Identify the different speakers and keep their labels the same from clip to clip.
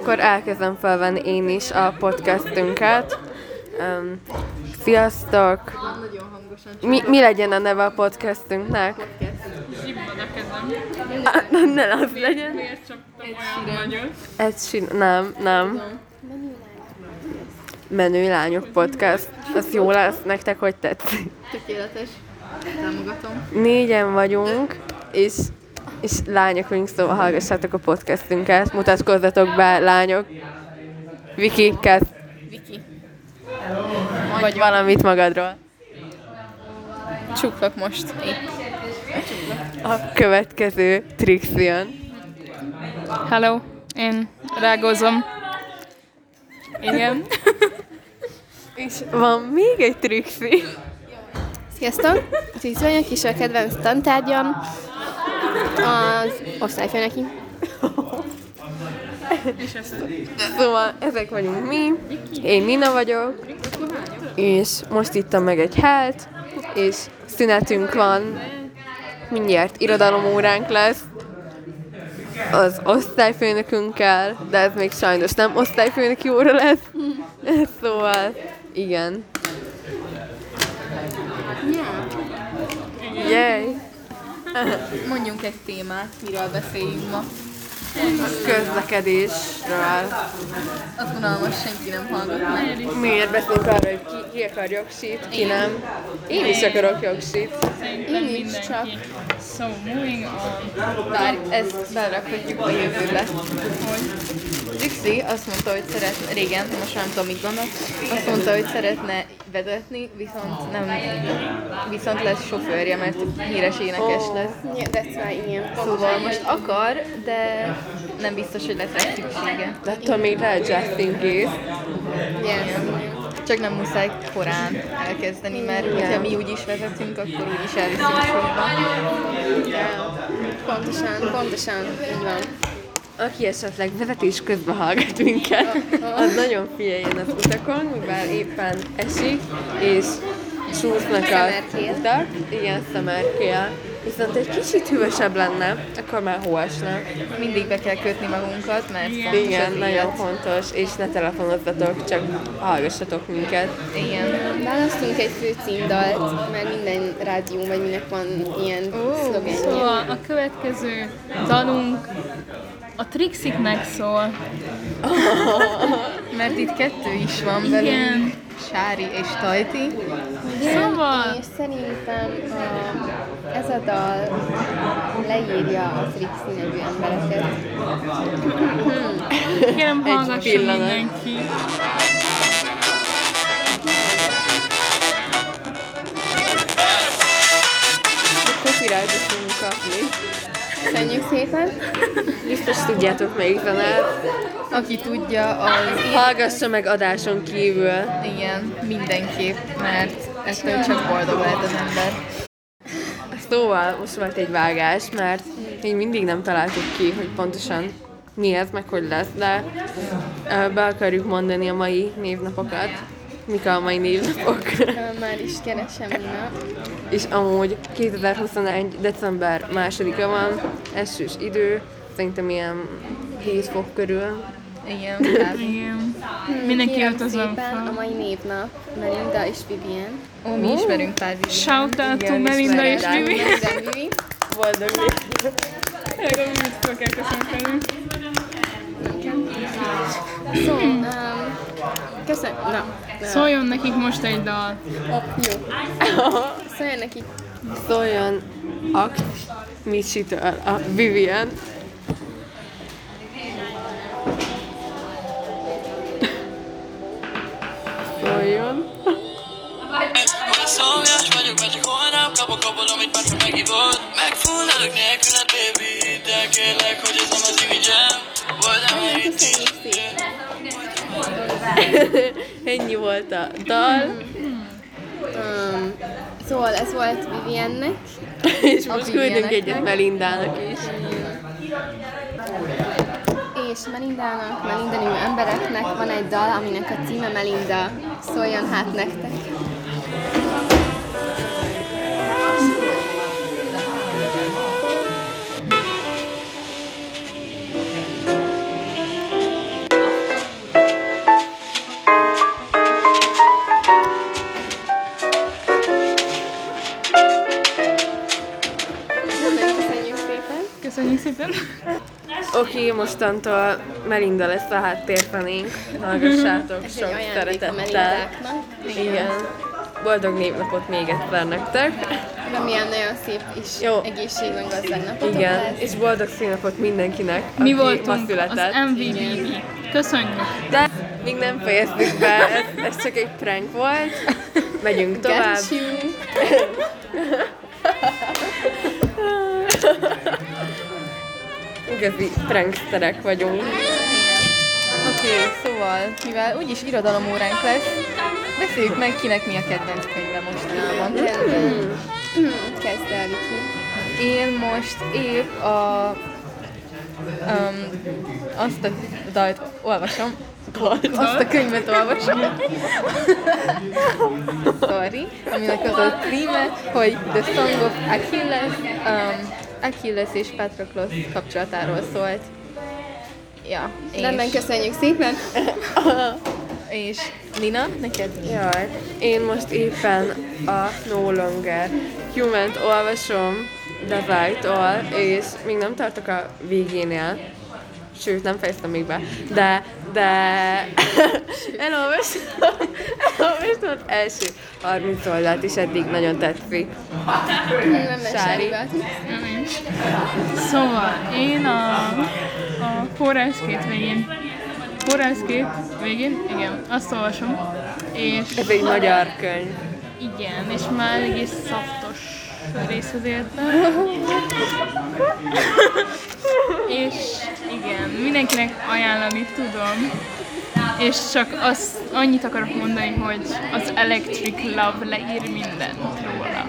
Speaker 1: akkor elkezdem felvenni én is a podcastünket. Um, sziasztok!
Speaker 2: Nagyon hangosan
Speaker 1: Mi, mi legyen a neve a podcastünknek?
Speaker 3: Zsibban a kezem.
Speaker 1: Ne az legyen.
Speaker 3: Miért csaptam olyan nagyon?
Speaker 1: Ez sin... Nem, nem. Menő lányok podcast. Ez jó lesz nektek, hogy tetszik.
Speaker 2: tökéletes. Támogatom.
Speaker 1: Négyen vagyunk, és, és lányok vagyunk, szóval hallgassátok a podcastünket. Mutatkozzatok be, lányok. Viki, kezd.
Speaker 2: Viki.
Speaker 1: Vagy valamit magadról.
Speaker 2: Csuklok most. Épp.
Speaker 1: A következő Trixion.
Speaker 3: Hello, én rágózom. Igen.
Speaker 1: És van még egy Trixi.
Speaker 4: Sziasztok! Tíz vagyok, és a kedvenc tantárgyam az osztályfőnöki.
Speaker 1: Szóval ezek vagyunk mi. Én Nina vagyok. És most ittam meg egy hát, és szünetünk van. Mindjárt irodalomóránk lesz az osztályfőnökünkkel, de ez még sajnos nem osztályfőnöki óra lesz. Szóval, igen. Yay!
Speaker 2: Mondjunk egy témát, miről beszéljünk ma.
Speaker 1: Közlekedésről.
Speaker 2: Az unalmas, senki nem hallgat.
Speaker 1: Miért beszélünk arra, hogy ki, ki akar jogsit, ki nem? Én is akarok jogsit.
Speaker 3: Szerintem
Speaker 4: Én is
Speaker 3: mindenki.
Speaker 4: csak.
Speaker 3: So, moving on.
Speaker 1: Bár ezt belerakhatjuk a jövőbe.
Speaker 2: Dixi azt mondta, hogy szeret, régen, most már nem tudom, mit gondol, azt mondta, hogy szeretne vezetni, viszont nem, viszont lesz sofőrje, mert híres énekes lesz.
Speaker 4: Yeah, that's why, igen.
Speaker 2: Szóval most akar, de nem biztos, hogy lesz rá szüksége.
Speaker 1: De attól még lehet just in case.
Speaker 2: Yes. Csak nem muszáj korán elkezdeni, mert hogyha mi úgy is vezetünk, akkor úgy is elviszünk sorban.
Speaker 4: Pontosan, pontosan, így van.
Speaker 1: Aki esetleg vezetés közben hallgat minket, az nagyon figyeljen az utakon, mivel éppen esik, és csúsznak a
Speaker 4: Szemerkél.
Speaker 1: utak. Igen, szemerkél. Viszont egy kicsit hűvösebb lenne, akkor már hó esne.
Speaker 2: Mindig be kell kötni magunkat, mert fontos
Speaker 1: Igen,
Speaker 2: az
Speaker 1: nagyon
Speaker 2: élet.
Speaker 1: fontos, és ne telefonozzatok, csak hallgassatok minket.
Speaker 2: Igen.
Speaker 4: Választunk egy fő címdalt, mert minden rádió, vagy minek van ilyen szlogenje.
Speaker 3: Szóval a következő dalunk a Trixiknek szól.
Speaker 2: Mert itt kettő is van velünk.
Speaker 3: Igen.
Speaker 2: Sári és Tajti.
Speaker 3: Szóval
Speaker 4: És szerintem a, ez a dal leírja a Trixi nevű embereket.
Speaker 3: kérem hallgasson
Speaker 1: pillanat.
Speaker 3: mindenki.
Speaker 1: Copyrightot fogunk kapni.
Speaker 4: Köszönjük szépen!
Speaker 1: Biztos tudjátok melyik zenát.
Speaker 2: Aki tudja, az
Speaker 1: Hallgassa meg adáson kívül.
Speaker 2: igen, mindenképp, mert ettől csak boldog lehet az ember.
Speaker 1: Szóval most volt egy vágás, mert még mindig nem találtuk ki, hogy pontosan mi ez, meg hogy lesz, de ö, be akarjuk mondani a mai névnapokat. Mik a mai névnapok?
Speaker 4: Ö, Már is keresem Nina.
Speaker 1: És amúgy 2021. december másodika van, esős idő, szerintem ilyen 7 fok körül.
Speaker 2: Igen, tehát...
Speaker 3: Igen.
Speaker 1: Hmm,
Speaker 3: Mindenki
Speaker 4: Kérem
Speaker 3: öltözön
Speaker 4: szépen a
Speaker 3: fel.
Speaker 4: mai névnap Melinda és Vivian.
Speaker 2: Ó, mi ismerünk pár videót.
Speaker 3: Shout out to
Speaker 1: Igen,
Speaker 3: Melinda és
Speaker 1: ismerem.
Speaker 3: Vivi.
Speaker 4: Melinda Vivi.
Speaker 1: Boldog
Speaker 3: Tényleg, amit fel kell köszöntenünk.
Speaker 4: Szó, um, köszönöm. Na, na.
Speaker 3: Szóljon nekik most egy dal.
Speaker 4: jó. Szóljon neki.
Speaker 1: Szóljon Akt Misitől a Vivian. Szóljon.
Speaker 5: Szomjas vagyok, vagy csak holnap kapok abból, amit már csak megívott Megfulladok nélküled, baby, de kérlek, hogy ez nem az irigyem Voltam már itt is
Speaker 1: Ennyi volt a dal,
Speaker 4: Um, szóval ez volt Viviennek.
Speaker 1: és most küldünk
Speaker 2: Vivianeknek.
Speaker 1: egyet Melindának is.
Speaker 4: És Melindának, Melinda nevű embereknek van egy dal, aminek a címe Melinda. Szóljon hát nektek.
Speaker 5: I
Speaker 1: ki, mostantól Melinda lesz a háttérfenénk. Hallgassátok,
Speaker 4: Ez egy
Speaker 1: sok
Speaker 4: ajándék a
Speaker 1: szeretettel.
Speaker 4: melindáknak.
Speaker 1: Igen. Boldog névnapot még egyszer nektek.
Speaker 4: Remélem nagyon szép és
Speaker 1: Jó.
Speaker 4: egészségben gazdag napotok
Speaker 1: Igen,
Speaker 4: lesz.
Speaker 1: és boldog színapot mindenkinek,
Speaker 3: Mi
Speaker 1: aki ma
Speaker 3: voltunk
Speaker 1: született.
Speaker 3: az MVBB. Köszönjük!
Speaker 1: De még nem fejeztük be, ez, ez csak egy prank volt. Megyünk tovább.
Speaker 4: Got you.
Speaker 1: Igazi pranksterek vagyunk.
Speaker 2: Oké, szóval, mivel úgyis irodalomóránk lesz, beszéljük meg, kinek mi a kedvenc könyve mostanában.
Speaker 4: Rendben. Kezd el, Viki.
Speaker 2: Én most épp a, um, azt a dalt olvasom, azt a könyvet olvasom, sorry, aminek az a címe, hogy The Song of Achilles, um, Achilles és Patroclus kapcsolatáról szólt. Ja,
Speaker 4: Rendben,
Speaker 2: és,
Speaker 4: köszönjük szépen.
Speaker 2: és Nina, neked mi?
Speaker 1: Jaj, én most éppen a No Longer human olvasom The Right-tól, és még nem tartok a végénél, sőt, nem fejeztem még be, de, de elolvastam, elolvastam az első 30 oldalt, és eddig nagyon tetszik.
Speaker 4: Nem
Speaker 1: Sári.
Speaker 3: Nem is. Szóval én a, a forrás két végén, forrás két végén, igen, azt olvasom, és
Speaker 1: Ez egy magyar könyv.
Speaker 3: igen, és már egész szaftos részhez értem. és igen, mindenkinek ajánlani tudom. És csak azt annyit akarok mondani, hogy az Electric Love leír mindent róla.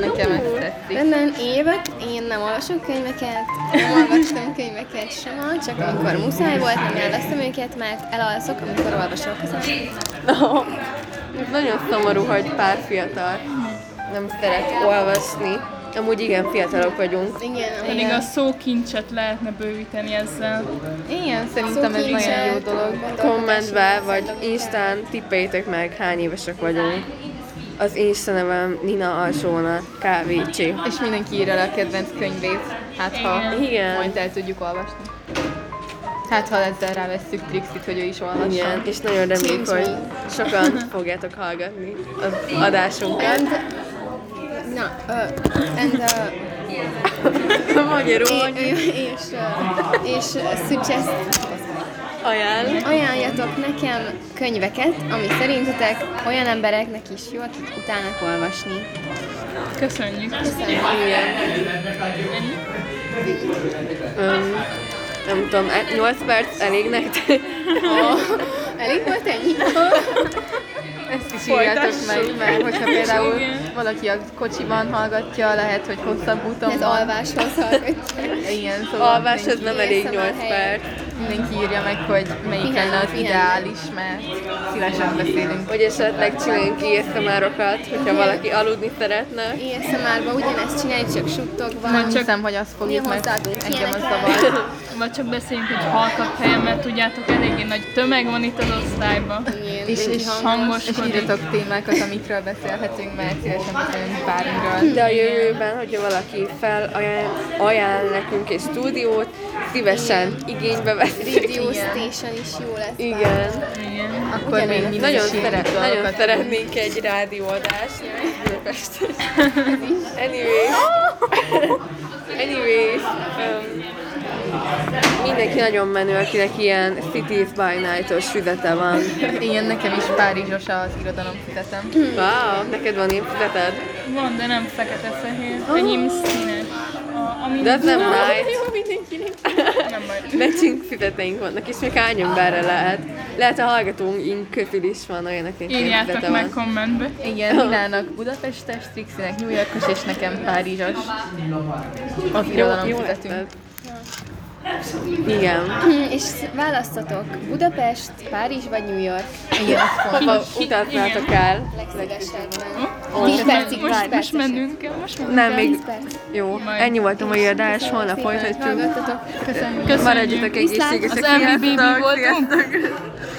Speaker 2: Nekem ez tetszik.
Speaker 4: Rendben, évek, én nem olvasok könyveket, nem olvastam könyveket sem, csak amikor muszáj volt, nem elvesztem őket, mert elalszok, amikor olvasok. Köszönöm.
Speaker 1: No. Nagyon szomorú, hogy pár fiatal nem szeret olvasni. Amúgy igen, fiatalok vagyunk.
Speaker 4: Igen,
Speaker 3: Pedig a szókincset lehetne bővíteni ezzel.
Speaker 2: Igen, szerintem ez nagyon jó dolog.
Speaker 1: Kommentbe vagy Instán tippeljétek meg, hány évesek vagyunk. Az Insta nevem Nina Alsóna, KVC.
Speaker 2: És mindenki írja le a kedvenc könyvét, hát ha
Speaker 1: Igen.
Speaker 2: majd el tudjuk olvasni. Hát ha ezzel rávesszük Trixit, hogy ő is olvassa.
Speaker 1: Igen, és nagyon reméljük, hogy sokan fogjátok hallgatni az adásunkat.
Speaker 4: And, na, uh, and uh,
Speaker 1: Magyarul
Speaker 4: é- é- és, uh, és suggest,
Speaker 1: ajánl.
Speaker 4: ajánljatok nekem könyveket, ami szerintetek olyan embereknek is jó, akik utálnak olvasni.
Speaker 3: Köszönjük!
Speaker 4: Köszönöm.
Speaker 1: Öm, nem tudom, e- 8 perc elég nektek?
Speaker 4: Elég volt ennyi?
Speaker 2: Ezt is írjátok meg,
Speaker 1: Folytassuk.
Speaker 2: mert hogyha például
Speaker 3: Igen.
Speaker 2: valaki a kocsiban hallgatja, lehet, hogy hosszabb úton
Speaker 4: Ez
Speaker 2: van.
Speaker 4: alváshoz hallgatjuk.
Speaker 2: Igen, szóval
Speaker 1: Alvás, ez
Speaker 2: mindenki,
Speaker 1: nem elég
Speaker 4: ASMR
Speaker 1: 8 perc.
Speaker 2: mindenki írja meg, hogy melyik
Speaker 4: Pihenj,
Speaker 2: lenne az
Speaker 4: pihenj.
Speaker 2: ideális, mert szívesen beszélünk.
Speaker 1: hogy esetleg csináljunk ASMR-okat, hogyha valaki aludni szeretne.
Speaker 4: ASMR-ba ugyanezt csináljuk, csak suttogva.
Speaker 2: Nem hiszem, hogy azt fogjuk,
Speaker 4: Mi
Speaker 2: mert
Speaker 4: hozzáadunk
Speaker 2: engem az
Speaker 4: ilyenekre?
Speaker 2: zavar.
Speaker 3: Vagy csak beszéljünk egy halkabb helyen, mert tudjátok, eléggé nagy tömeg van itt az osztályban.
Speaker 4: Igen,
Speaker 2: És, és hangos, és
Speaker 3: hangoskodik.
Speaker 2: írjatok témákat, amikről beszélhetünk, mert szívesen beszélünk bármiről.
Speaker 1: De a jövőben, hogyha valaki felajánl ajánl nekünk egy stúdiót, szívesen igénybe veszik.
Speaker 4: Radio Station is jó lesz.
Speaker 1: Igen.
Speaker 3: Igen.
Speaker 2: Akkor még mindig
Speaker 1: Nagyon,
Speaker 2: is írjuk
Speaker 1: szeret,
Speaker 2: dolgokat.
Speaker 1: nagyon szeretnénk egy rádióadást. Budapesten. Anyways. Anyways. Um, mindenki nagyon menő, akinek ilyen Cities by Night-os füzete van.
Speaker 2: Igen, nekem is Párizsos az irodalom fizetem.
Speaker 1: Hm. Wow, neked van ilyen füzeted?
Speaker 3: Van, de nem fekete-fehér, enyém színes. A- ami-
Speaker 1: De ez nem night.
Speaker 3: Nem baj.
Speaker 1: Matching füzeteink vannak, és még hány emberre lehet. Lehet a hallgatóink közül is van olyan, akinek ilyen
Speaker 3: Írjátok
Speaker 1: füzete
Speaker 3: meg
Speaker 1: van.
Speaker 3: kommentbe.
Speaker 2: Igen, Milának Budapestes, Trixinek New Yorkos, és nekem Párizsos. Az irodalom
Speaker 1: Jó
Speaker 2: fizetünk.
Speaker 1: ötlet. Igen.
Speaker 4: Hm, És választatok Budapest, Párizs vagy New York
Speaker 2: Igen, az fontos.
Speaker 1: Hova utaznátok el?
Speaker 4: legszívesebben.
Speaker 3: Most,
Speaker 4: percig, tíz
Speaker 3: most, most
Speaker 4: percesen.
Speaker 3: mennünk kell, most mennünk
Speaker 1: Nem, még...
Speaker 4: 10 perc.
Speaker 1: Jó, ennyi volt a mai adás, holnap folytatjuk.
Speaker 4: Hallgattatok.
Speaker 3: kell. Köszönjük.
Speaker 1: Maradjatok egészségesek.
Speaker 3: Az MVB
Speaker 1: Sziasztok,
Speaker 3: voltunk.
Speaker 1: sziasztok.